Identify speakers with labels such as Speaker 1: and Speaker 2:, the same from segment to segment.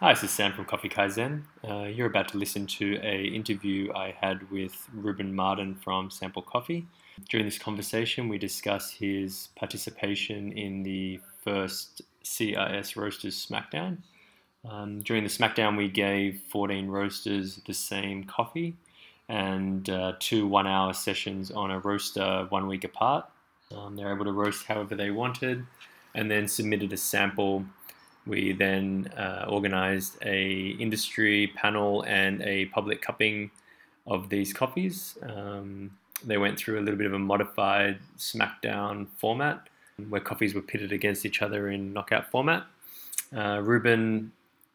Speaker 1: Hi, this is Sam from Coffee Kaizen. Uh, you're about to listen to a interview I had with Ruben Martin from Sample Coffee. During this conversation, we discuss his participation in the first CIS Roasters Smackdown. Um, during the Smackdown, we gave 14 roasters the same coffee and uh, two one-hour sessions on a roaster one week apart. Um, they're able to roast however they wanted, and then submitted a sample we then uh, organized a industry panel and a public cupping of these coffees. Um, they went through a little bit of a modified smackdown format where coffees were pitted against each other in knockout format. Uh, Ruben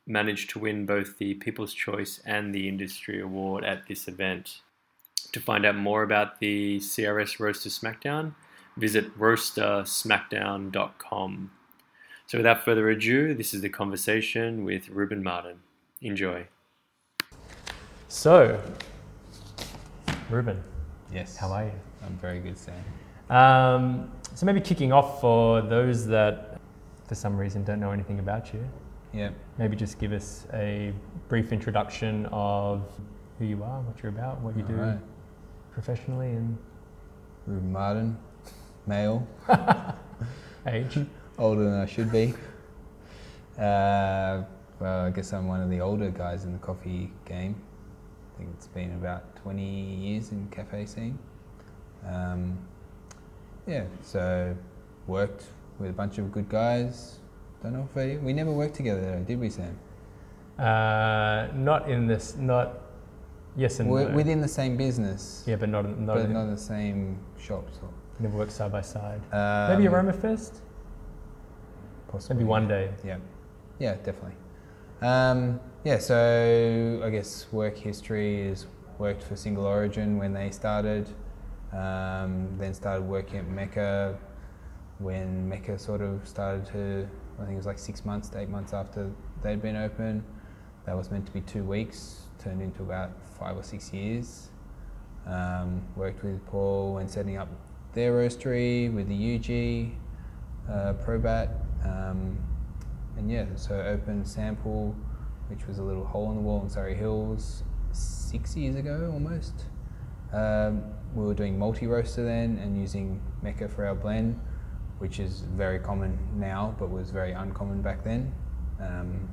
Speaker 1: managed to win both the People's Choice and the Industry Award at this event. To find out more about the CRS Roaster Smackdown, visit roastersmackdown.com. So, without further ado, this is the conversation with Ruben Martin. Enjoy. So, Ruben,
Speaker 2: Yes.
Speaker 1: how are you?
Speaker 2: I'm very good, Sam.
Speaker 1: Um, so, maybe kicking off for those that, for some reason, don't know anything about you,
Speaker 2: Yeah.
Speaker 1: maybe just give us a brief introduction of who you are, what you're about, what you do
Speaker 2: Alright.
Speaker 1: professionally, and
Speaker 2: Ruben Martin, male,
Speaker 1: age.
Speaker 2: older than I should be. Uh, well, I guess I'm one of the older guys in the coffee game. I think it's been about 20 years in cafe scene. Um, yeah, so worked with a bunch of good guys. Don't know if I, we never worked together though, did we, Sam?
Speaker 3: Uh, not in this, not yes and
Speaker 2: We're
Speaker 3: no.
Speaker 2: within the same business,
Speaker 3: yeah, but not in- not,
Speaker 2: but
Speaker 3: in,
Speaker 2: not the same shops. Or,
Speaker 3: never worked side by side.
Speaker 2: um,
Speaker 3: Maybe Aroma Fest.
Speaker 2: possibly.
Speaker 3: Maybe one day.
Speaker 2: Yeah, yeah, definitely. Um, yeah, so I guess work history is worked for Single Origin when they started, um, then started working at Mecca when Mecca sort of started to, I think it was like six months to eight months after they'd been open. That was meant to be two weeks, turned into about five or six years. Um, worked with Paul when setting up their roastery with the UG, uh, Probat, um, and yeah, so opened Sample, which was a little hole in the wall in Surrey Hills six years ago almost. Um, we were doing multi roaster then and using Mecca for our blend, which is very common now but was very uncommon back then. Um,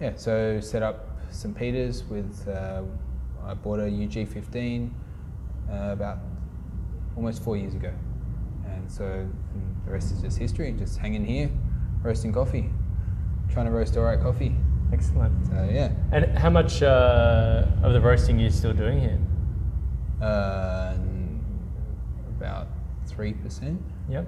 Speaker 2: yeah, so set up St. Peter's with, uh, I bought a UG15 uh, about almost four years ago. And so mm, the rest is just history, just hanging here, roasting coffee, trying to roast all right coffee.
Speaker 3: Excellent.
Speaker 2: So yeah.
Speaker 3: And how much uh, of the roasting are you still doing here?
Speaker 2: Uh, n- about 3%.
Speaker 3: Yep.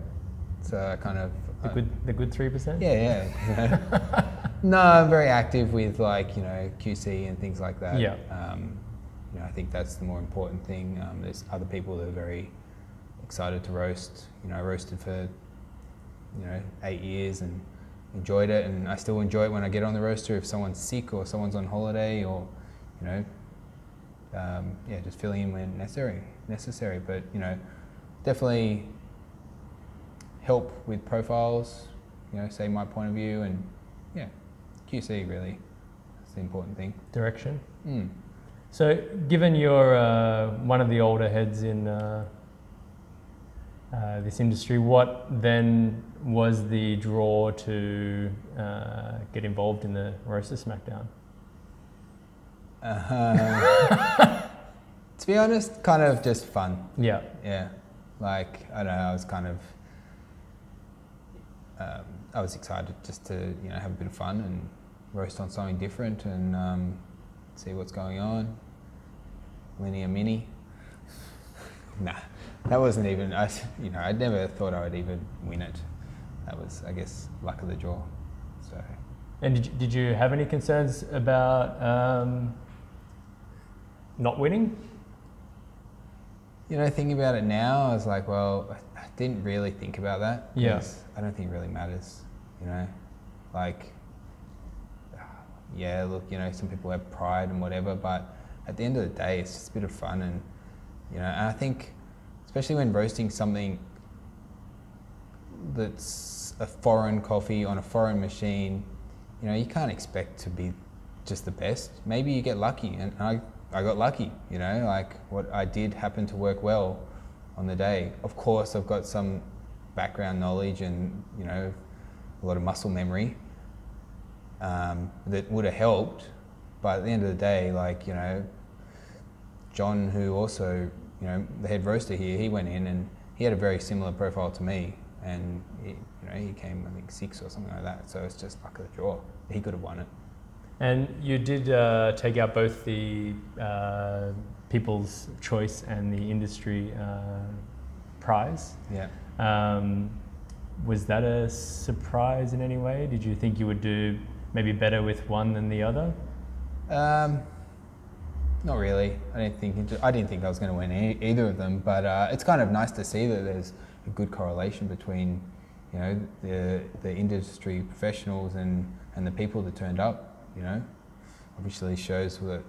Speaker 2: So I kind of.
Speaker 3: The
Speaker 2: I-
Speaker 3: good, the good three percent.
Speaker 2: Uh, Yeah, yeah. no, I'm very active with like you know QC and things like that.
Speaker 3: Yeah.
Speaker 2: Um, you know, I think that's the more important thing. Um, there's other people that are very excited to roast. You know, I roasted for you know eight years and enjoyed it, and I still enjoy it when I get on the roaster. If someone's sick or someone's on holiday, or you know, um, yeah, just filling in when necessary. Necessary, but you know, definitely help with profiles, you know, say my point of view, and yeah, QC really is the important thing.
Speaker 3: Direction.
Speaker 2: Mm.
Speaker 3: So, given you're uh, one of the older heads in uh, uh, this industry, what then was the draw to uh, get involved in the Roaster Smackdown?
Speaker 2: Uh, to be honest, kind of just fun.
Speaker 3: Yeah,
Speaker 2: Yeah, like I don't know, I was kind of, um, I was excited just to you know have a bit of fun and roast on something different and um, see what's going on. Linear mini. nah, that wasn't even. I s- you know I never thought I would even win it. That was I guess luck of the draw. So
Speaker 3: and did you, did you have any concerns about um, not winning?
Speaker 2: you know thinking about it now, I was like, well, I I didn't really think about that.
Speaker 3: Yeah.
Speaker 2: 'cause I don't think it really matters. You know, like yeah, look, you know, some people have pride and whatever, but at the end of the day, it's just a bit of fun, and you know, and I think, especially when roasting something that's a foreign coffee on a foreign machine, you know, you can't expect to be just the best. Maybe you get lucky, and I, I got lucky, you know, like what I did happened to work well on the day. Of course, I've got some background knowledge and, you know, a lot of muscle memory um, that would have helped. But at the end of the day, like, you know, John, who also, you know, the head roaster here, he went in and he had a very similar profile to me. And, he, you know, he came, I think, six or something like that. So it's just luck of the draw. He could have won it.
Speaker 3: And you did uh, take out both the uh, People's Choice and the Industry uh, Prize.
Speaker 2: Yeah.
Speaker 3: Um, was that a surprise in any way? Did you think you would do maybe better with one than the other?
Speaker 2: Um, not really. I didn't think it, I didn't think I was going to win e- either of them, but uh, it's kind of nice to see that there's a good correlation between you know the the industry professionals and and the people that turned up. You know, obviously shows that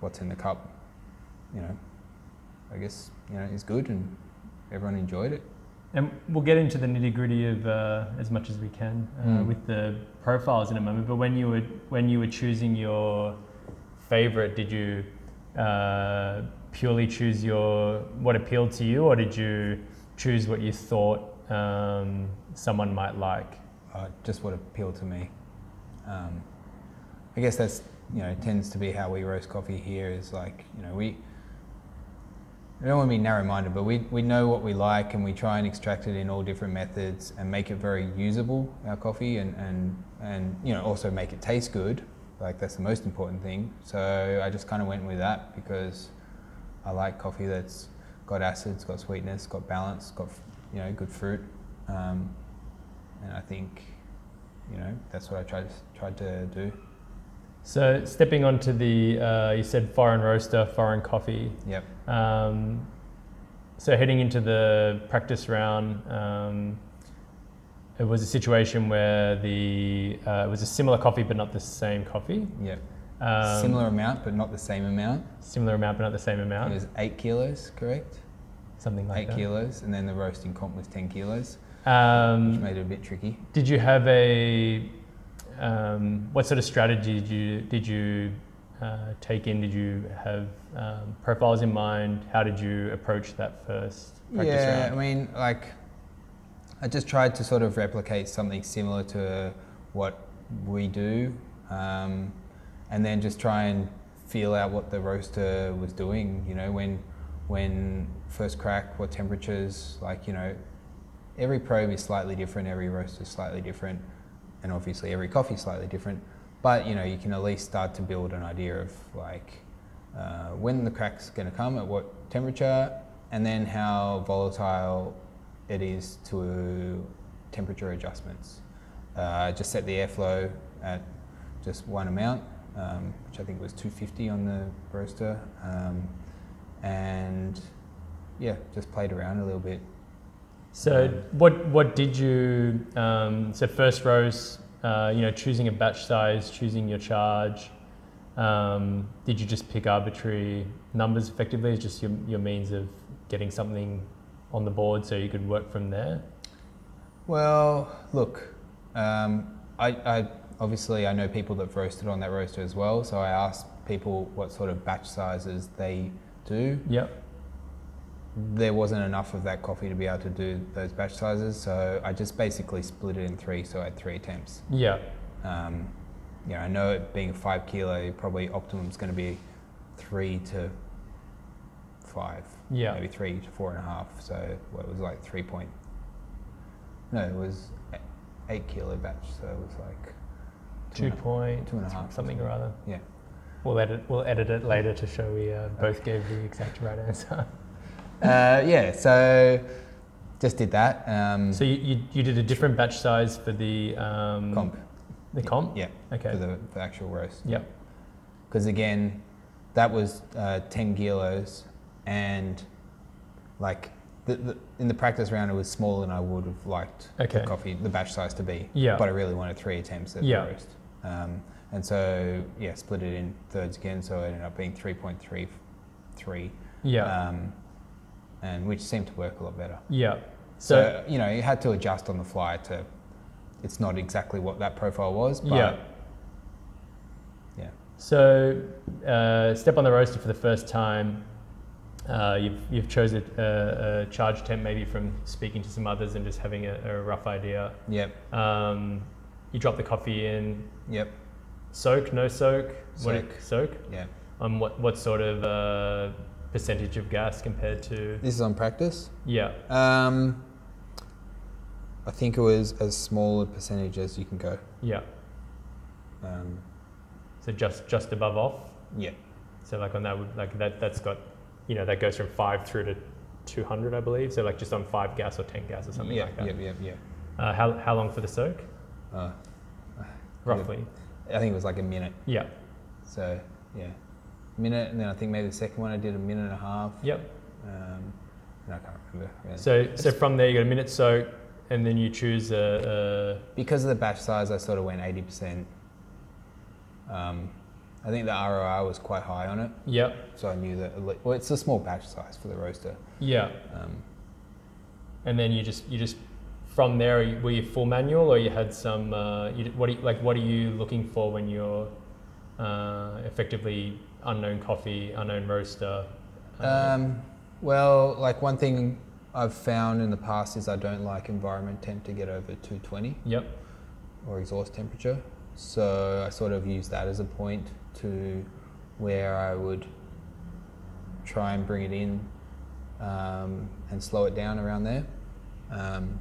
Speaker 2: what's in the cup. You know, I guess you know is good and everyone enjoyed it.
Speaker 3: And we'll get into the nitty gritty of uh, as much as we can uh,
Speaker 2: Mm.
Speaker 3: with the profiles in a moment. But when you were when you were choosing your favorite, did you uh, purely choose your what appealed to you, or did you choose what you thought um, someone might like?
Speaker 2: uh, just what appealed to me. Um, I guess that's you know tends to be how we roast coffee here is like you know we. I don't want to be narrow-minded, but we, we know what we like and we try and extract it in all different methods and make it very usable our coffee and and, and you know also make it taste good. Like that's the most important thing. So I just kind of went with that because I like coffee that's got acids, got sweetness, got balance, got you know good fruit. Um, and I think, you know, that's what I tried tried to do.
Speaker 3: So stepping onto the uh, you said foreign roaster, foreign coffee.
Speaker 2: Yep.
Speaker 3: Um, so heading into the practice round, um, it was a situation where the uh, it was a similar coffee but not the same coffee.
Speaker 2: Yep.
Speaker 3: Um,
Speaker 2: Similar amount, but not the same amount.
Speaker 3: similar amount but not the same
Speaker 2: It
Speaker 3: amount.
Speaker 2: was eight kilos, correct?
Speaker 3: Something like
Speaker 2: eight kilos, and then the roasting comp was ten kilos,
Speaker 3: that. Um,
Speaker 2: which made it a bit tricky.
Speaker 3: Did you have a um, what sort of strategy did you did you uh, take in? Did you have um, profiles in mind? How did you approach that first practice
Speaker 2: yeah,
Speaker 3: round?
Speaker 2: I mean, like, I just tried to sort of replicate something similar to what we do, um, and then just try and feel out what the roaster was doing. You know, when when first crack, what temperatures, like you know, every probe is slightly different, every roaster is slightly different, and obviously every coffee is slightly different. But you know, you can at least start to build an idea of like uh, when the crack's going to come, at what temperature, and then how volatile it is to temperature adjustments. Uh, just set the airflow at just one amount, um, which I think was 250 on the roaster, um, and yeah, just played around a little bit.
Speaker 3: So what what did you um, so first rows? Uh, you know, choosing a batch size, choosing your charge. Um, did you just pick arbitrary numbers effectively? Is just your, your means of getting something on the board so you could work from there?
Speaker 2: Well, look, um, I, I obviously I know people that've roasted on that roaster as well, so I asked people what sort of batch sizes they do.
Speaker 3: Yep.
Speaker 2: There wasn't enough of that coffee to be able to do those batch sizes, so I just basically split it in three, so I had three attempts.
Speaker 3: Yeah.
Speaker 2: Um, you know, I know it being five kilo, probably optimum is going to be three to five,
Speaker 3: Yeah.
Speaker 2: maybe three to four and a half. So what it was like three point. No, it was e- eight kilo batch, so it was like
Speaker 3: Two
Speaker 2: and a-
Speaker 3: point
Speaker 2: two and a half or
Speaker 3: something or other.
Speaker 2: Yeah.
Speaker 3: We'll edit we'll edit it later to show we uh, both gave the exact right answer.
Speaker 2: Mm-hmm. Uh, yeah, so just did that. Um,
Speaker 3: So you, you, you did a different batch size for the um,
Speaker 2: comp,
Speaker 3: The comp.
Speaker 2: yeah, for
Speaker 3: Okay.
Speaker 2: the, the actual roast.
Speaker 3: Yep.
Speaker 2: because again, that was uh, 10 kilos, and like the, the, in the practice round, it was smaller than I would have liked
Speaker 3: Okay.
Speaker 2: the coffee, the batch size to be.
Speaker 3: Yeah.
Speaker 2: But I really wanted three attempts at
Speaker 3: Yeah.
Speaker 2: the roast. Um, and so, yeah, split it in thirds again, so it ended up being 3.33.
Speaker 3: Yeah.
Speaker 2: Um, and which seemed to work a lot better.
Speaker 3: yeah.
Speaker 2: So,
Speaker 3: So,
Speaker 2: you know, you had to adjust on the fly to it's not exactly what that profile was, but
Speaker 3: yeah.
Speaker 2: yeah.
Speaker 3: So, uh, step on the roaster for the first time. Uh, you've, you've chosen uh, a, a charge temp maybe from speaking to some others and just having a, a rough idea.
Speaker 2: Yep.
Speaker 3: Um, you drop the coffee in,
Speaker 2: Yep.
Speaker 3: soak, no soak, What
Speaker 2: Soak.
Speaker 3: soak.
Speaker 2: Yeah.
Speaker 3: On what what sort of uh, percentage of gas compared to
Speaker 2: This is on practice.
Speaker 3: yeah
Speaker 2: Um, I think it was as small a percentage as you can go.
Speaker 3: yeah
Speaker 2: Um,
Speaker 3: so just just above off
Speaker 2: yeah.
Speaker 3: so like on that would like that that's got you know that goes from five through to two hundred I believe so like just on five gas or ten gas or something
Speaker 2: yeah,
Speaker 3: like that.
Speaker 2: yeah. Yeah. Yeah.
Speaker 3: Uh, how how long for the soak
Speaker 2: Uh,
Speaker 3: roughly?
Speaker 2: I think it was like a minute.
Speaker 3: Yeah.
Speaker 2: So yeah, minute, and then I think maybe the second one I did a minute and a half.
Speaker 3: Yep.
Speaker 2: Um, and I can't remember. really.
Speaker 3: So so from there you got a minute soak and then you choose a,
Speaker 2: because of the batch size, I sort of went eighty percent. Um, I think the ROI was quite high on it,
Speaker 3: a yep
Speaker 2: so I knew that. Well, it's a small batch size for the roaster.
Speaker 3: yeah
Speaker 2: Um,
Speaker 3: and then you just you just from there are you- were you full manual or you had some uh, you, what are you, like what are you looking for when you're uh, effectively unknown coffee unknown roaster uh,
Speaker 2: Um, well, like one thing I've found in the past is I don't like environment temp to get over 220
Speaker 3: yep
Speaker 2: or exhaust temperature. So I sort of use that as a point to where I would try and bring it in um, and slow it down around there. Um,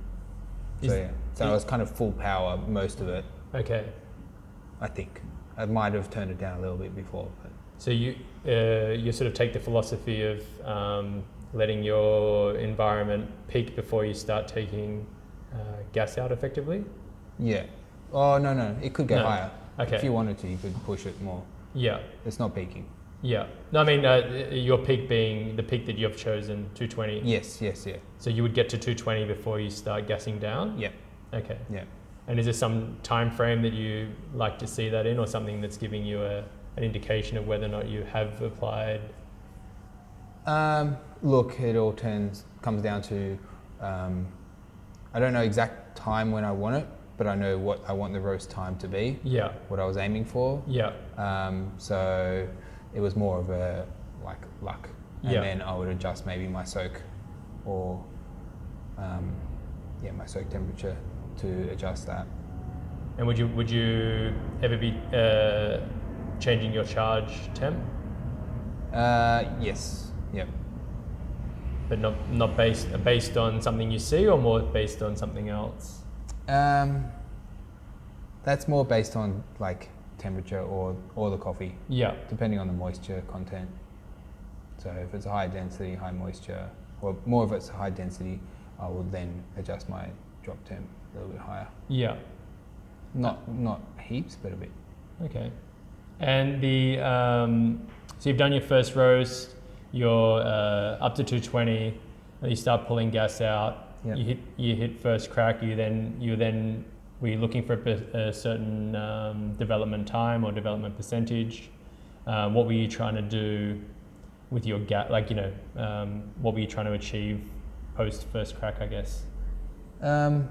Speaker 2: so
Speaker 3: Is-
Speaker 2: yeah, so I was kind of full power most of it,
Speaker 3: okay
Speaker 2: I think. I might have turned it down a little bit before, but
Speaker 3: so you uh, you sort of take the philosophy of um, letting your environment peak before you start taking uh, gas out effectively
Speaker 2: yeah. Oh no no, it could go
Speaker 3: No.
Speaker 2: higher.
Speaker 3: Okay.
Speaker 2: If you wanted to, you could push it more.
Speaker 3: yeah
Speaker 2: It's not peaking.
Speaker 3: yeah no I mean uh, your peak being the peak that you've chosen 220
Speaker 2: Yes, yes, yeah.
Speaker 3: So you would get to 220 before you start gassing down.
Speaker 2: Yeah,
Speaker 3: Okay.
Speaker 2: yeah.
Speaker 3: And is there some time frame that you like to see that in, or something that's giving you a, an indication of whether or not you have applied?
Speaker 2: Um, look, it all turns comes down to um, I don't know exact time when I want it, but I know what I want the roast time to be,
Speaker 3: Yeah.
Speaker 2: what I was aiming for.
Speaker 3: Yeah.
Speaker 2: Um, so it was more of a like luck, and
Speaker 3: Yeah.
Speaker 2: then I would adjust maybe my soak or um, yeah my soak temperature to adjust that.
Speaker 3: And would you would you ever be uh, changing your charge temp,
Speaker 2: Uh, yes, yep.
Speaker 3: but not not based based on something you see, or more based on something else?
Speaker 2: Um, that's more based on like temperature or or the coffee.
Speaker 3: Yeah.
Speaker 2: depending on the moisture content. So if it's a high density, high moisture, or more of it's high density, I will then adjust my drop temp a little bit higher.
Speaker 3: Yeah.
Speaker 2: Not not heaps, but a bit.
Speaker 3: Okay. And the um, so you've done your first roast. You're uh, up to 220. and You start pulling gas out.
Speaker 2: Yep.
Speaker 3: You hit you hit first crack. You then you then were you looking for a, per- a certain um, development time or development percentage? Uh, what were you trying to do with your gas? Like you know, um, what were you trying to achieve post first crack? I guess.
Speaker 2: Um,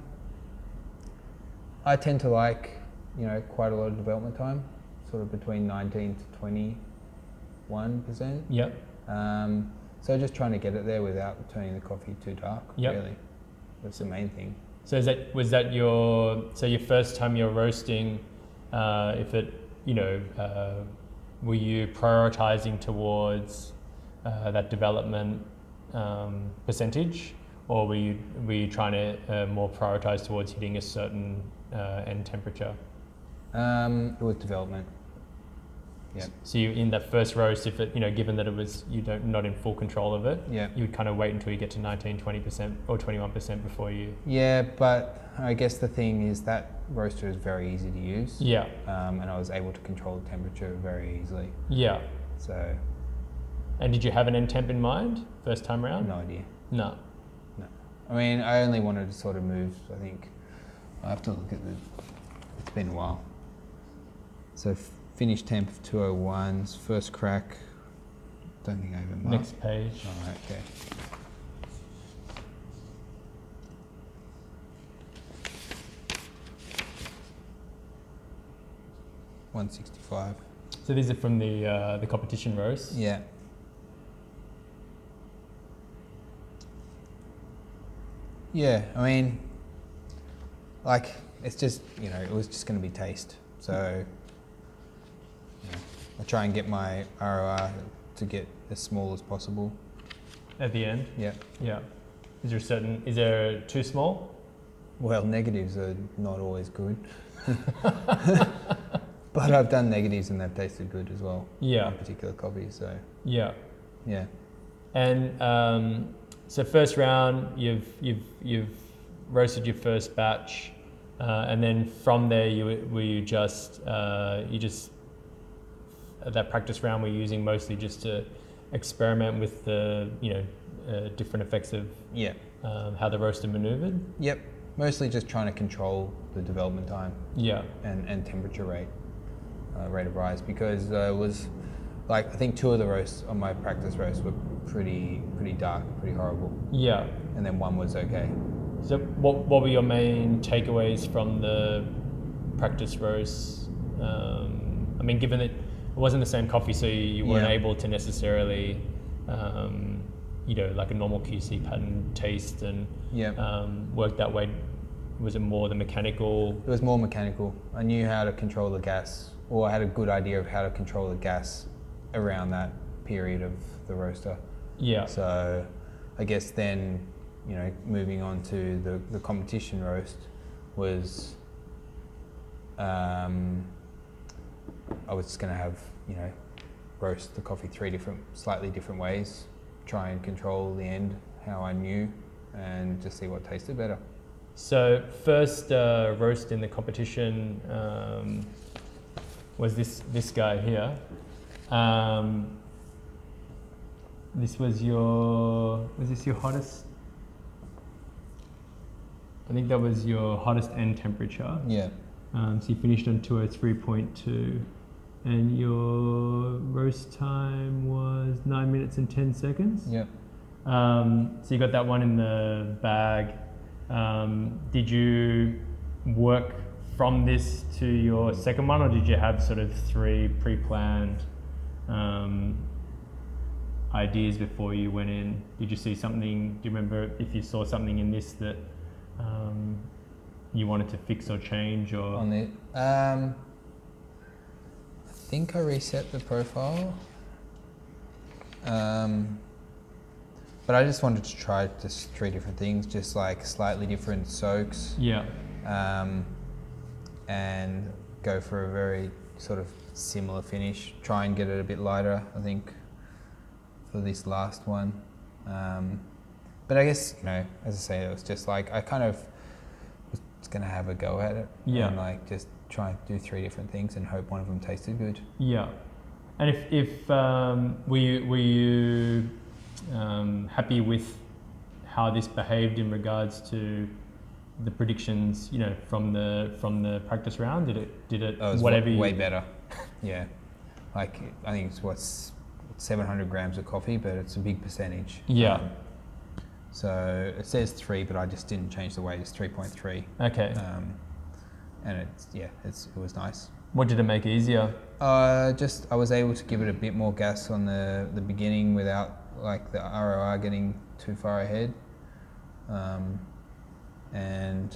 Speaker 2: I tend to like you know quite a lot of development time, sort of between 19 to 21 percent.
Speaker 3: Yep.
Speaker 2: Um, so just trying to get it there without turning the coffee too dark.
Speaker 3: Yep.
Speaker 2: Really, that's the main thing.
Speaker 3: So is that was that your so your first time you're roasting? Uh, if it you know, uh, were you prioritizing towards uh, that development um, percentage, or were you were you trying to uh, more prioritize towards hitting a certain uh, end temperature?
Speaker 2: Um, it was development. Yeah.
Speaker 3: So you in that first roast, if it you know, given that it was you don't not in full control of it,
Speaker 2: Yeah.
Speaker 3: you would kind of wait until you get to 19, 20 percent or twenty one percent before you.
Speaker 2: Yeah, but I guess the thing is that roaster is very easy to use,
Speaker 3: Yeah,
Speaker 2: um, and I was able to control the temperature very easily.
Speaker 3: yeah.
Speaker 2: So
Speaker 3: And did you have an end temp in mind first time round?
Speaker 2: no idea.
Speaker 3: No.
Speaker 2: No, I mean I only wanted to sort of move. I think I have to look at the. It's been a while. So finish temp of 201s, first crack. Don't think I even marked.
Speaker 3: Next page.
Speaker 2: All right, okay. 165.
Speaker 3: So these are from the uh, the competition roast.
Speaker 2: Yeah. Yeah, I mean, like, it's just, you know, it was just going to be taste. So you know, I try and get my ROR to get as small as possible.
Speaker 3: At the end,
Speaker 2: Yeah.
Speaker 3: yeah. Is there a certain? Is there too small?
Speaker 2: Well, negatives are not always good. but I've done negatives and they've tasted good as well.
Speaker 3: Yeah,
Speaker 2: In particular coffee, so
Speaker 3: yeah.
Speaker 2: yeah.
Speaker 3: And um, so first round, you've you've you've roasted your first batch, uh, and then from there, you were- were you just uh, you just at that practice round, we're using mostly just to experiment with the you know uh, different effects of
Speaker 2: Yeah.
Speaker 3: um, how the roaster maneuvered.
Speaker 2: Yep. Mostly just trying to control the development time
Speaker 3: Yeah,
Speaker 2: and, and temperature rate, uh, rate of rise, because uh, it was like I think two of the roasts on my practice roast were pretty pretty dark, pretty horrible,
Speaker 3: yeah.
Speaker 2: and then one was okay.
Speaker 3: So what what were your main takeaways from the practice roast? Um, I mean, given that it wasn't the same coffee, so you weren't
Speaker 2: Yeah.
Speaker 3: able to necessarily, um, you know, like a normal QC pattern taste and
Speaker 2: Yeah.
Speaker 3: um, work that way. Was it more the mechanical?
Speaker 2: It was more mechanical. I knew how to control the gas, or I had a good idea of how to control the gas around that period of the roaster.
Speaker 3: Yeah,
Speaker 2: So I guess then, you know, moving on to the, the competition roast was um, I was just going to have, you know, roast the coffee three different, slightly different ways, try and control the end how I knew, and just see what tasted better.
Speaker 3: So first uh, roast in the competition um, was this this guy here. Um, this was your was this your hottest? I think that was your hottest end temperature.
Speaker 2: Yeah.
Speaker 3: Um, so you finished on two hundred three point two, and your roast time was nine minutes and ten seconds.
Speaker 2: Yeah.
Speaker 3: Um, so you got that one in the bag. Um, did you work from this to your second one, or did you have sort of three pre-planned um, ideas before you went in? Did you see something? Do you remember if you saw something in this that um, you wanted to fix or change, or
Speaker 2: On the, um, I think I reset the profile. Um, but I just wanted to try just three different things, just like slightly different soaks,
Speaker 3: yeah,
Speaker 2: um, and go for a very sort of similar finish. Try and get it a bit lighter, I think, for this last one. Um, but I guess you know, as I say, it was just like I kind of was gonna have a go at it,
Speaker 3: Yeah.
Speaker 2: and like just try and do three different things and hope one of them tasted good.
Speaker 3: Yeah, and if if um, were you were you um, happy with how this behaved in regards to the predictions? You know, from the from the practice round, did it did it
Speaker 2: That was
Speaker 3: whatever
Speaker 2: Oh, way,
Speaker 3: you,
Speaker 2: way better. Yeah, like I think it's what's 700 grams of coffee, but it's a big percentage.
Speaker 3: Yeah.
Speaker 2: Um, so it says three, but I just didn't change the weight. It's 3.3,
Speaker 3: Okay,
Speaker 2: um, and it's yeah, it's it was nice.
Speaker 3: what did it make easier?
Speaker 2: Uh, just I was able to give it a bit more gas on the the beginning without like the ROR getting too far ahead, um, and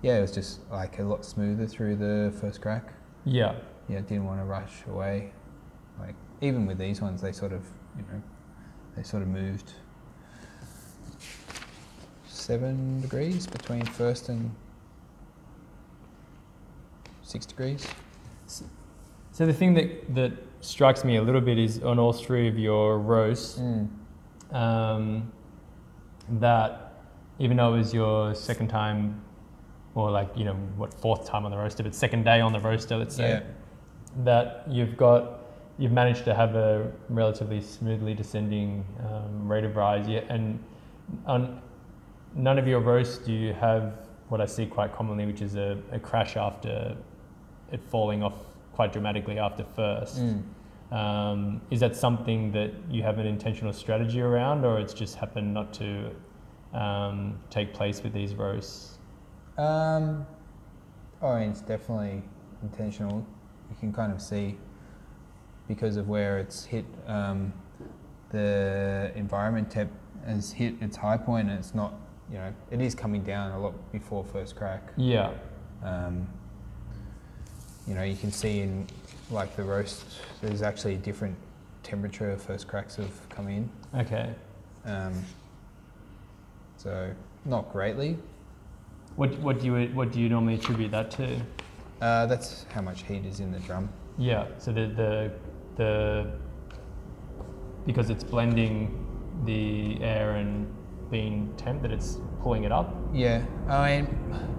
Speaker 2: yeah, it was just like a lot smoother through the first crack.
Speaker 3: Yeah,
Speaker 2: Yeah, didn't want to rush away. Like even with these ones, they sort of you know they sort of moved seven degrees between first and six degrees.
Speaker 3: so the thing that that strikes me a little bit is on all three of your roasts um, that even though it was your second time or like you know what fourth time on the roaster but second day on the roaster let's say
Speaker 2: Yeah.
Speaker 3: that you've got you've managed to have a relatively smoothly descending um, rate of rise yet and on none of your roasts do you have what I see quite commonly which is a, a crash after it falling off quite dramatically after first
Speaker 2: Mm.
Speaker 3: um, is that something that you have an intentional strategy around, or it's just happened not to um, take place with these roasts?
Speaker 2: oh, Um, I mean, it's definitely intentional. you can kind of see because of where it's hit um, the environment temp has hit its high point and it's not you know it is coming down a lot before first crack
Speaker 3: Yeah.
Speaker 2: um, you know you can see in like the roast there's actually a different temperature first cracks have come in
Speaker 3: Okay.
Speaker 2: um, so not greatly
Speaker 3: What what do you what do you normally attribute that to?
Speaker 2: uh, that's how much heat is in the drum
Speaker 3: Yeah. So the the the because it's blending the air and being temp that it's pulling it up.
Speaker 2: Yeah, I mean,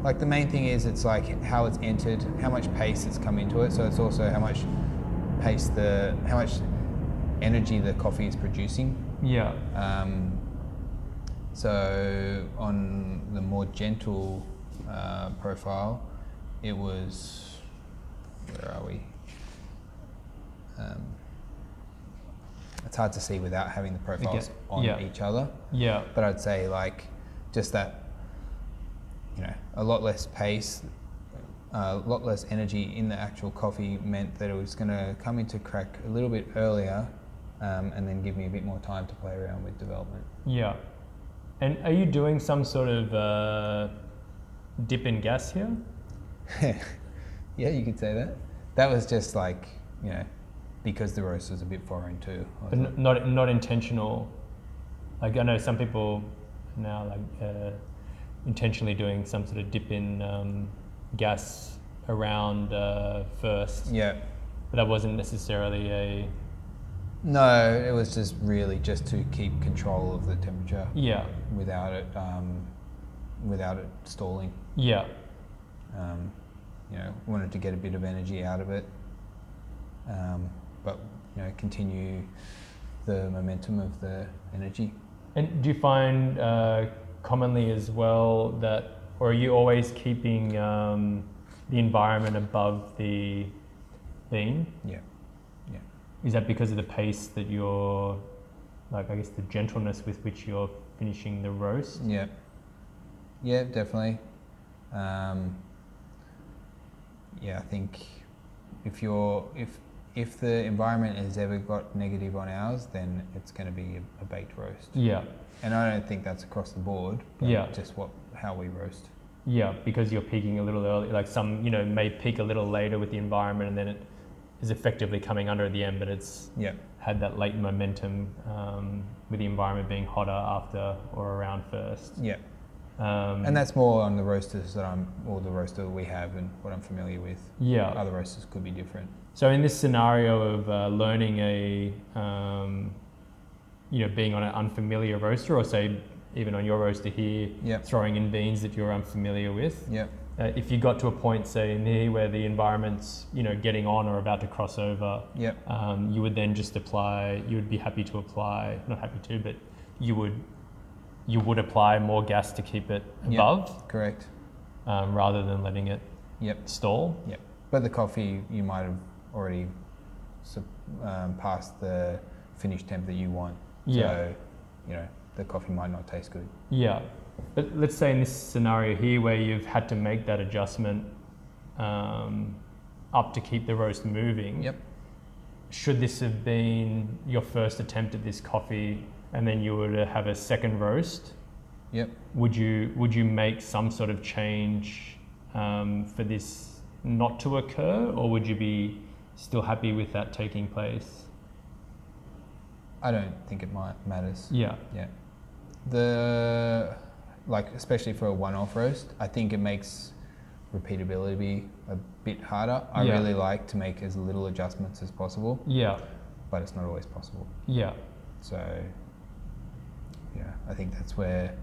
Speaker 2: like the main thing is it's like how it's entered, how much pace it's come into it. So it's also how much pace the, how much energy the coffee is producing.
Speaker 3: Yeah.
Speaker 2: Um, so on the more gentle uh, profile, it was where are we? Um, it's hard to see without having the profiles on
Speaker 3: Yeah.
Speaker 2: each other
Speaker 3: Yeah.
Speaker 2: but I'd say like just that you know a lot less pace uh, a lot less energy in the actual coffee meant that it was going to come into crack a little bit earlier um, and then give me a bit more time to play around with development
Speaker 3: Yeah. And are you doing some sort of uh, dip in gas here?
Speaker 2: yeah you could say that that was just like you know because the roast was a bit foreign too I was
Speaker 3: But n- not not intentional. Like I know some people now like uh, intentionally doing some sort of dip in um, gas around uh, first,
Speaker 2: like- yeah
Speaker 3: but that wasn't necessarily a
Speaker 2: no it was just really just to keep control of the temperature
Speaker 3: yeah
Speaker 2: without it um, without it stalling
Speaker 3: yeah
Speaker 2: um, you know, wanted to get a bit of energy out of it, um, but you know, continue the momentum of the energy.
Speaker 3: And do you find uh, commonly as well that, or are you always keeping um, the environment above the bean?
Speaker 2: Yeah, yeah,
Speaker 3: Is that because of the pace that you're, like, I guess the gentleness with which you're finishing the roast?
Speaker 2: yeah, yeah, definitely. Um, yeah, I think if you're if if the environment has ever got negative on ours, then it's going to be a, a baked roast.
Speaker 3: Yeah,
Speaker 2: And I don't think that's across the board. But
Speaker 3: Yeah.
Speaker 2: Just what how we roast.
Speaker 3: yeah, because you're peaking a little early. Like some, you know, may peak a little later with the environment, and then it is effectively coming under at the end, but it's
Speaker 2: Yeah.
Speaker 3: had that late momentum um, with the environment being hotter after or around first.
Speaker 2: Yeah.
Speaker 3: Um,
Speaker 2: And that's more on the roasters that I'm, or the roaster that we have and what I'm familiar with.
Speaker 3: yeah.
Speaker 2: Other roasters could be different.
Speaker 3: So in this scenario of uh, learning a, um, you know, being on an unfamiliar roaster, or say even on your roaster here,
Speaker 2: Yep.
Speaker 3: throwing in beans that you're unfamiliar with,
Speaker 2: Yep.
Speaker 3: uh, if you got to a point, say in here, where the environment's you know getting on or about to cross over,
Speaker 2: Yep.
Speaker 3: um, you would then just apply. You would be happy to apply, not happy to, but you would, you would apply more gas to keep it
Speaker 2: Yep.
Speaker 3: above,
Speaker 2: Correct.
Speaker 3: um, rather than letting it
Speaker 2: Yep.
Speaker 3: stall.
Speaker 2: Yep. But the coffee, you might have already sup- um, passed the finish temp that you want.
Speaker 3: Yeah.
Speaker 2: So, you know, the coffee might not taste good.
Speaker 3: Yeah, but let's say in this scenario here where you've had to make that adjustment um, up to keep the roast moving.
Speaker 2: Yep.
Speaker 3: Should this have been your first attempt at this coffee, and then you were to have a second roast?
Speaker 2: Yep.
Speaker 3: Would you would you make some sort of change um, for this not to occur, or would you be still happy with that taking place?
Speaker 2: I don't think it might matters.
Speaker 3: Yeah.
Speaker 2: Yeah. The like especially for a one-off roast, I think it makes repeatability a bit harder. I
Speaker 3: Yeah.
Speaker 2: really like to make as little adjustments as possible,
Speaker 3: Yeah.
Speaker 2: but it's not always possible.
Speaker 3: Yeah.
Speaker 2: So yeah, I think that's where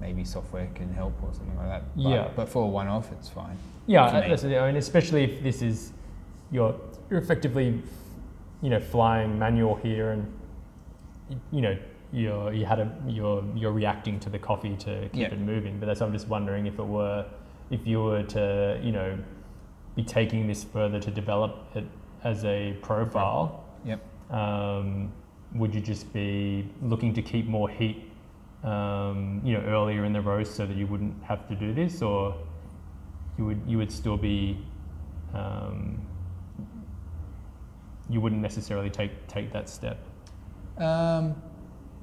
Speaker 2: maybe software can help or something like that. But,
Speaker 3: Yeah.
Speaker 2: But for a one-off, it's fine.
Speaker 3: Yeah,
Speaker 2: for me.
Speaker 3: that's it. I mean, especially if this is you're you're effectively, you know, flying manual here, and you know you're you had a you're you're reacting to the coffee to keep
Speaker 2: Yeah.
Speaker 3: it moving. But that's I'm just wondering if it were if you were to you know be taking this further to develop it as a profile,
Speaker 2: Yep.
Speaker 3: um, would you just be looking to keep more heat? Um, you know, earlier in the roast, so that you wouldn't have to do this, or you would you would still be um, you wouldn't necessarily take take that step?
Speaker 2: Um,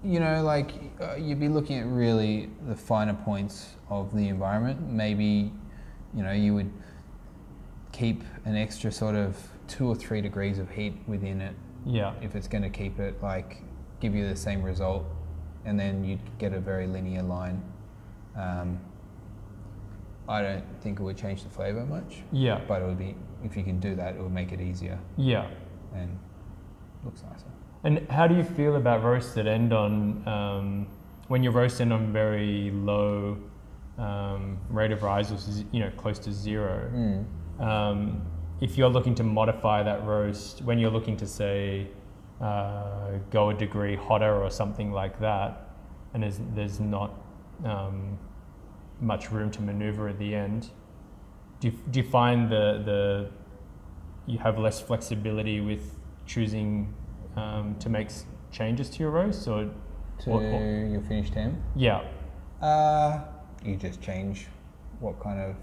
Speaker 2: you know, like uh, you'd be looking at really the finer points of the environment. Maybe, you know, you would keep an extra sort of two or three degrees of heat within it
Speaker 3: Yeah.
Speaker 2: if it's going to keep it like give you the same result, and then you'd get a very linear line. Um, I don't think it would change the flavor much,
Speaker 3: Yeah.
Speaker 2: but it would be if you can do that, it would make it easier
Speaker 3: Yeah.
Speaker 2: and looks nicer.
Speaker 3: And how do you feel about roasts that end on um, when you're roasting on very low um, rate of rise, which is you know close to zero?
Speaker 2: Mm.
Speaker 3: Um, if you're looking to modify that roast, when you're looking to say uh, go a degree hotter or something like that, and there's, there's not um, much room to maneuver at the end, do you, do you find the, the you have less flexibility with choosing um, to make s- changes to your roast or
Speaker 2: To
Speaker 3: Or- or-
Speaker 2: your finished ham.
Speaker 3: yeah
Speaker 2: Uh, you just change what kind of.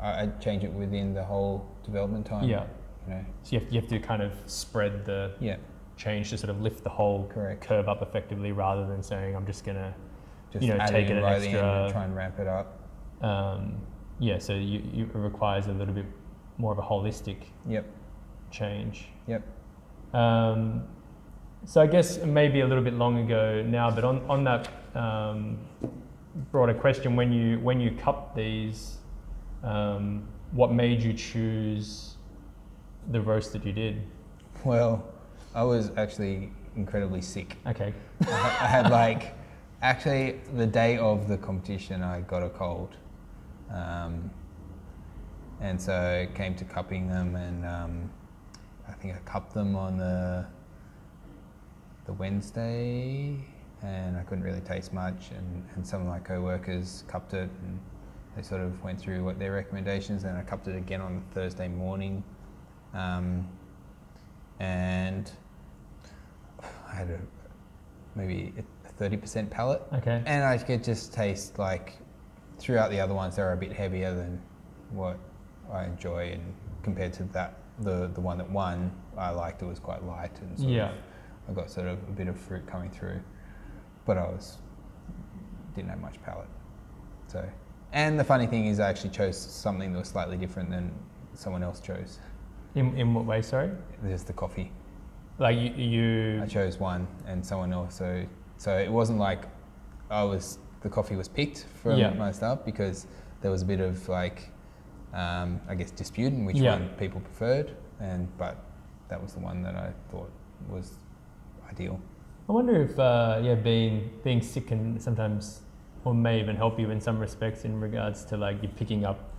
Speaker 2: I I'd change it within the whole development time.
Speaker 3: Yeah.
Speaker 2: You know.
Speaker 3: so you have, you have to kind of spread the
Speaker 2: Yeah.
Speaker 3: change to sort of lift the whole
Speaker 2: Correct.
Speaker 3: curve up effectively rather than saying I'm just gonna
Speaker 2: Just
Speaker 3: know,
Speaker 2: add
Speaker 3: take
Speaker 2: it in
Speaker 3: it an
Speaker 2: right at the end and
Speaker 3: extra-
Speaker 2: try and ramp it up.
Speaker 3: um, yeah so you, you, it requires a little bit more of a holistic
Speaker 2: Yep.
Speaker 3: change
Speaker 2: Yep.
Speaker 3: um, so I guess maybe a little bit long ago now but on, on that um, broader question when you when you cup these um, what made you choose the roast that you did
Speaker 2: Well, I was actually incredibly sick.
Speaker 3: okay
Speaker 2: I I had like, actually, the day of the competition, I got a cold. Um, and so it came to cupping them, and um, I think I cupped them on the, the Wednesday, and I couldn't really taste much. And, and some of my co workers cupped it, and they sort of went through what their recommendations, and I cupped it again on Thursday morning. Um, and I had a maybe a thirty percent palate,
Speaker 3: okay
Speaker 2: and I could just taste like throughout the other ones they were a bit heavier than what I enjoy, and compared to that the the one that won, I liked it was quite light and sort
Speaker 3: yeah
Speaker 2: of, I got sort of a bit of fruit coming through, but I was didn't have much palate, so. And the funny thing is, I actually chose something that was slightly different than someone else chose.
Speaker 3: in, in what way sorry
Speaker 2: There's the coffee.
Speaker 3: like you, you
Speaker 2: I chose one, and someone also. So it wasn't like I was the coffee was picked from
Speaker 3: Yeah.
Speaker 2: my start because there was a bit of like um, I guess dispute in which
Speaker 3: Yeah.
Speaker 2: one people preferred, and but that was the one that I thought was ideal.
Speaker 3: I wonder if uh, yeah, being being sick can sometimes, or may even help you in some respects in regards to like you're picking up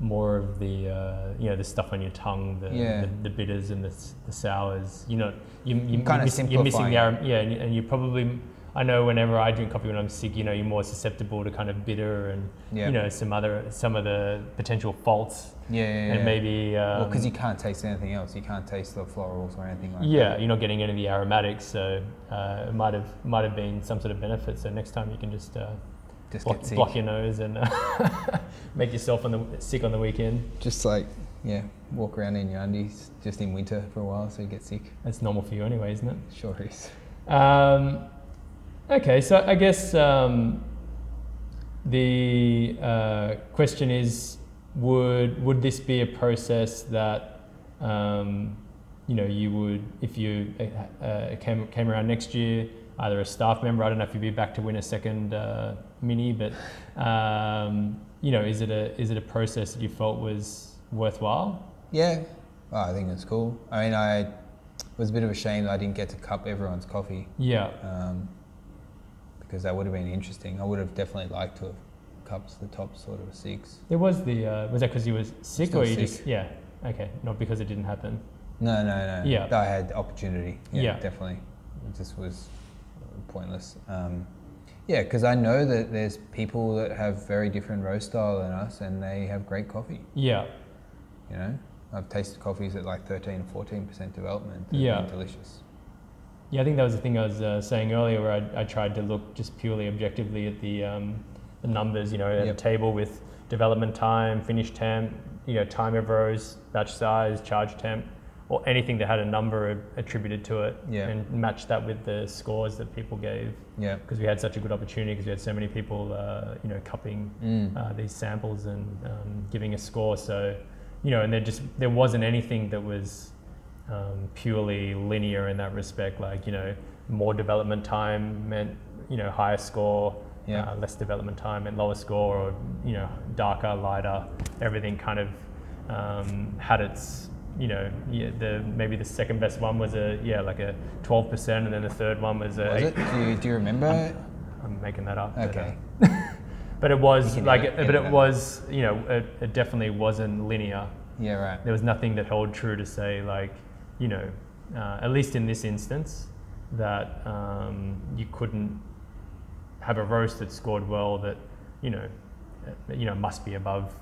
Speaker 3: more of the uh, you know the stuff on your tongue, the
Speaker 2: Yeah.
Speaker 3: the, the bitters and the, s- the sours. You know, you, you,
Speaker 2: Kinda
Speaker 3: you're, miss, you're missing
Speaker 2: simplifying
Speaker 3: the arom- yeah, and, you- and you probably. I know whenever I drink coffee when I'm sick, you know, you're more susceptible to kind of bitter and
Speaker 2: Yeah.
Speaker 3: you know some other some of the potential faults
Speaker 2: Yeah, yeah,
Speaker 3: and maybe um,
Speaker 2: because you can't taste anything else. You can't taste the florals or anything like
Speaker 3: Yeah, you're not getting any of the aromatics, so uh, it might have might have been some sort of benefit. So next time you can just, uh,
Speaker 2: that. Just
Speaker 3: block,
Speaker 2: get sick.
Speaker 3: block your nose and uh, make yourself on the sick on the weekend.
Speaker 2: Just like yeah, walk around in your undies just in winter for a while so you get sick.
Speaker 3: That's normal for you anyway, isn't it?
Speaker 2: Sure is.
Speaker 3: Um, okay, so I guess um, the uh, question is: Would would this be a process that um, you know you would, if you uh, uh, came came around next year, either a staff member? I don't know if you'd be back to win a second uh, mini, but um, you know, is it a is it a process that you felt was worthwhile?
Speaker 2: Yeah, oh, I think it's cool. I mean, I it was a bit of a shame that I didn't get to cup everyone's coffee
Speaker 3: Yeah,
Speaker 2: um, because that would have been interesting. I would have definitely liked to have cupped the top sort of six.
Speaker 3: it was the uh, was that because you were sick
Speaker 2: Still
Speaker 3: or you
Speaker 2: sick.
Speaker 3: just yeah. Okay, not because it didn't happen.
Speaker 2: No, no, no.
Speaker 3: Yeah.
Speaker 2: I had the opportunity. Yeah,
Speaker 3: Yeah.
Speaker 2: definitely. It just was pointless. Um, yeah, because I know that there's people that have very different roast style than us, and they have great coffee.
Speaker 3: Yeah,
Speaker 2: You know, I've tasted coffees at like 13 or 14 percent development. that have
Speaker 3: Yeah.
Speaker 2: been delicious.
Speaker 3: yeah. I think that was the thing I was uh, saying earlier, where I, I tried to look just purely objectively at the um, the numbers. You know, at
Speaker 2: Yep.
Speaker 3: a table with development time, finish temp, you know, time of rows, batch size, charge temp, or anything that had a number a- attributed to it
Speaker 2: Yeah.
Speaker 3: and match that with the scores that people gave
Speaker 2: Yeah.
Speaker 3: because we had such a good opportunity because we had so many people uh, you know cupping
Speaker 2: Mm.
Speaker 3: uh, these samples and um, giving a score so you know and there just there wasn't anything that was um, purely linear in that respect like you know more development time meant you know higher score
Speaker 2: Yeah.
Speaker 3: uh, less development time and lower score or you know darker lighter everything kind of um, had its you know yeah, the maybe the second best one was a yeah like a 12% and then the third one was a
Speaker 2: Was it? Do you, do you remember?
Speaker 3: I'm making that up. but,
Speaker 2: Okay.
Speaker 3: uh, but it was
Speaker 2: You can
Speaker 3: like,
Speaker 2: edit-
Speaker 3: but
Speaker 2: edit
Speaker 3: it
Speaker 2: that.
Speaker 3: was, you know, it, it definitely wasn't linear.
Speaker 2: Yeah, right.
Speaker 3: There was nothing that held true to say, like, you know, uh, at least in this instance, that um, you couldn't have a roast that scored well that, you know, uh, you know must be above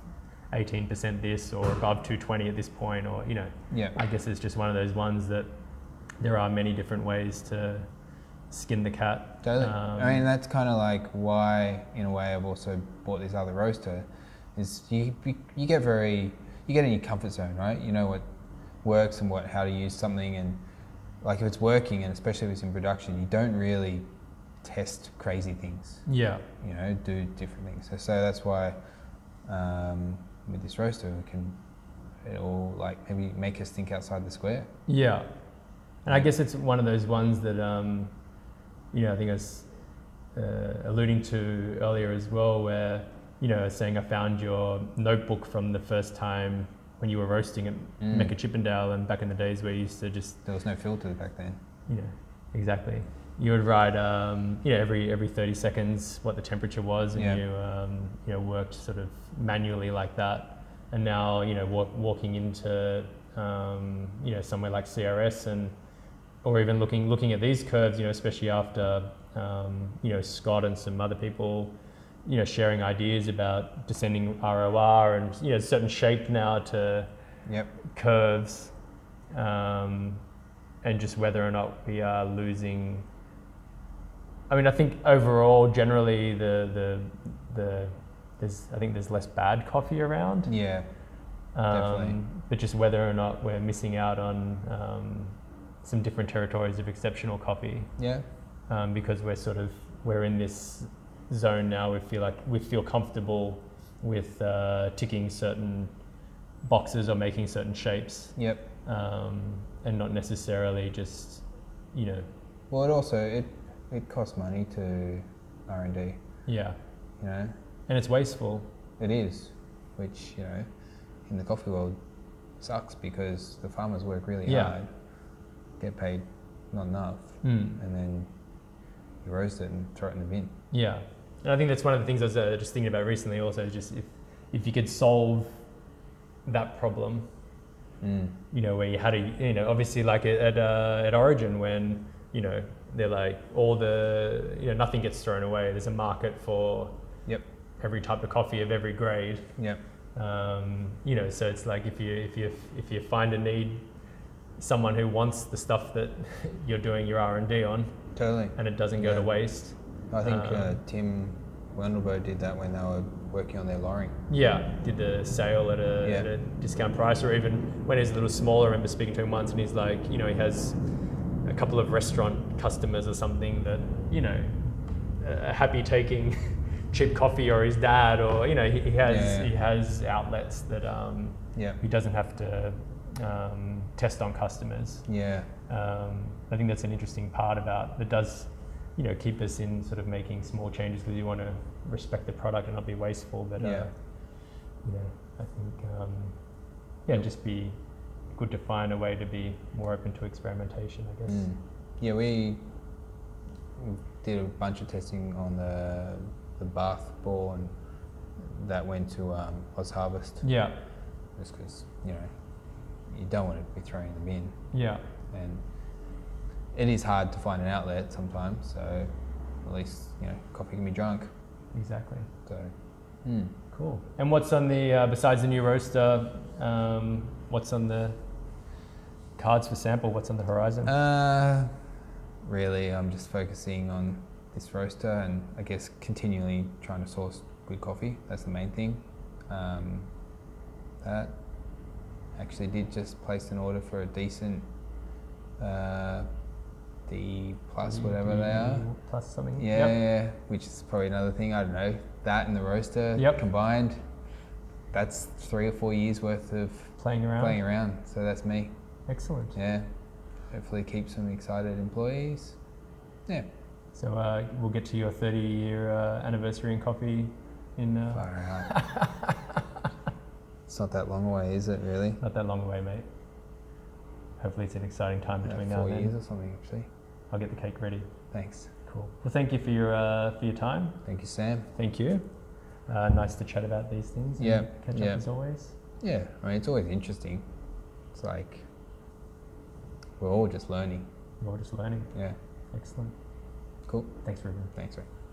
Speaker 3: 18% this or above 220 at this point, or you know,
Speaker 2: Yeah.
Speaker 3: I guess it's just one of those ones that there are many different ways to skin the cat.
Speaker 2: Does it?
Speaker 3: Um,
Speaker 2: I mean, that's kind of like why, in a way, I've also bought this other roaster. Is you you- you get very you get in your comfort zone, right? You know what works and what how to use something, and like if it's working, and especially if it's in production, you don't really test crazy things.
Speaker 3: Yeah,
Speaker 2: You know, do different things. So, so that's why um, with this roaster, we can it'll like maybe make us think outside the square.
Speaker 3: yeah, and I guess it's one of those ones that um, you know I think I was uh, alluding to earlier as well, where you know I was saying I found your notebook from the first time when you were roasting at
Speaker 2: Mm.
Speaker 3: Mecca Chippendale, and back in the days where you used to just
Speaker 2: There was no filter back then.
Speaker 3: you know exactly you would write um, you know every every 30 seconds what the temperature was and
Speaker 2: Yeah.
Speaker 3: you um, you know worked sort of manually like that and now you know wa- walking into um, you know somewhere like CRS and or even looking looking at these curves you know especially after um, you know Scott and some other people you know sharing ideas about descending ROR and you know certain shape now to
Speaker 2: Yep.
Speaker 3: curves, um, and just whether or not we are losing. I mean, I think overall, generally, the the the there's I think there's less bad coffee around,
Speaker 2: Yeah. definitely.
Speaker 3: um, but just whether or not we're missing out on um, some different territories of exceptional coffee
Speaker 2: Yeah.
Speaker 3: um, because we're sort of we're in this zone now. We feel like we feel comfortable with uh, ticking certain boxes or making certain shapes
Speaker 2: Yep.
Speaker 3: um, and not necessarily just you know
Speaker 2: Well, it also it it costs money to R and D.
Speaker 3: yeah
Speaker 2: You know,
Speaker 3: and it's wasteful
Speaker 2: it is, which you know, in the coffee world, sucks because the farmers work really
Speaker 3: Yeah.
Speaker 2: hard, get paid not enough,
Speaker 3: mm.
Speaker 2: and then you roast it and throw it in the bin.
Speaker 3: yeah and i think that's one of the things i was uh, just thinking about recently also is just if if you could solve that problem
Speaker 2: Mm.
Speaker 3: you know where you had a you know obviously like at at, uh, at origin when you know they're like all the you know nothing gets thrown away there's a market for
Speaker 2: Yep.
Speaker 3: every type of coffee of every grade
Speaker 2: Yep.
Speaker 3: um, you know so it's like if you if you if you find a need someone who wants the stuff that you're doing your r&d on
Speaker 2: Totally.
Speaker 3: and it doesn't go to
Speaker 2: Yeah.
Speaker 3: waste
Speaker 2: I think
Speaker 3: Um,
Speaker 2: uh, Tim Wendelbo did that when they were working on their loring.
Speaker 3: yeah did the sale at a,
Speaker 2: Yeah.
Speaker 3: at a discount price or even when he's a little smaller i remember speaking to him once and he's like you know he has a couple of restaurant customers or something that you know are happy taking cheap coffee or his dad or you know he, he has
Speaker 2: Yeah, yeah.
Speaker 3: he has outlets that um,
Speaker 2: Yeah.
Speaker 3: he doesn't have to um, test on customers.
Speaker 2: Yeah.
Speaker 3: Um, I think that's an interesting part about that does, you know, keep us in sort of making small changes because you want to respect the product and not be wasteful. But
Speaker 2: Yeah.
Speaker 3: uh, you know, I think um, yeah, just be good to find a way to be more open to experimentation. I guess.
Speaker 2: Mm. Yeah, we did a bunch of testing on the the Bath ball, and that went to um, Oz Harvest
Speaker 3: Yeah,
Speaker 2: just because you know you don't want to be throwing them in,
Speaker 3: yeah,
Speaker 2: and it is hard to find an outlet sometimes. So at least you know coffee can be drunk.
Speaker 3: exactly.
Speaker 2: So mm.
Speaker 3: Cool. And what's on the uh, besides the new roaster? Um, what's on the cards for sample? What's on the horizon?
Speaker 2: uh, really, I'm just focusing on this roaster, and I guess continually trying to source good coffee. That's the main thing. Um, that actually did just place an order for a decent uh, D plus whatever they are.
Speaker 3: Plus something.
Speaker 2: Yeah,
Speaker 3: Yep.
Speaker 2: yeah, which is probably another thing. I don't know that and the roaster
Speaker 3: Yep.
Speaker 2: combined. That's three or four years worth of
Speaker 3: Playing around.
Speaker 2: playing around. So that's me.
Speaker 3: Excellent.
Speaker 2: Yeah. Hopefully keep some excited employees. Yeah.
Speaker 3: So uh, we'll get to your 30 year uh, anniversary in coffee in uh,
Speaker 2: Far out. it's not that long away, is it? Really?
Speaker 3: not that long away, mate. Hopefully, it's an exciting time
Speaker 2: About
Speaker 3: between now
Speaker 2: four
Speaker 3: and
Speaker 2: years
Speaker 3: then.
Speaker 2: or something, actually.
Speaker 3: I'll get the cake ready.
Speaker 2: Thanks.
Speaker 3: Cool. Well, thank you for your uh, for your time.
Speaker 2: Thank you, Sam.
Speaker 3: Thank you. Uh, nice to chat about these things. and
Speaker 2: Yeah,
Speaker 3: Catch
Speaker 2: yeah.
Speaker 3: up as always.
Speaker 2: Yeah. I mean, it's always interesting. It's like we're all just learning.
Speaker 3: We're all just learning.
Speaker 2: Yeah.
Speaker 3: Excellent.
Speaker 2: Cool.
Speaker 3: Thanks, Ruben.
Speaker 2: Thanks, Ray.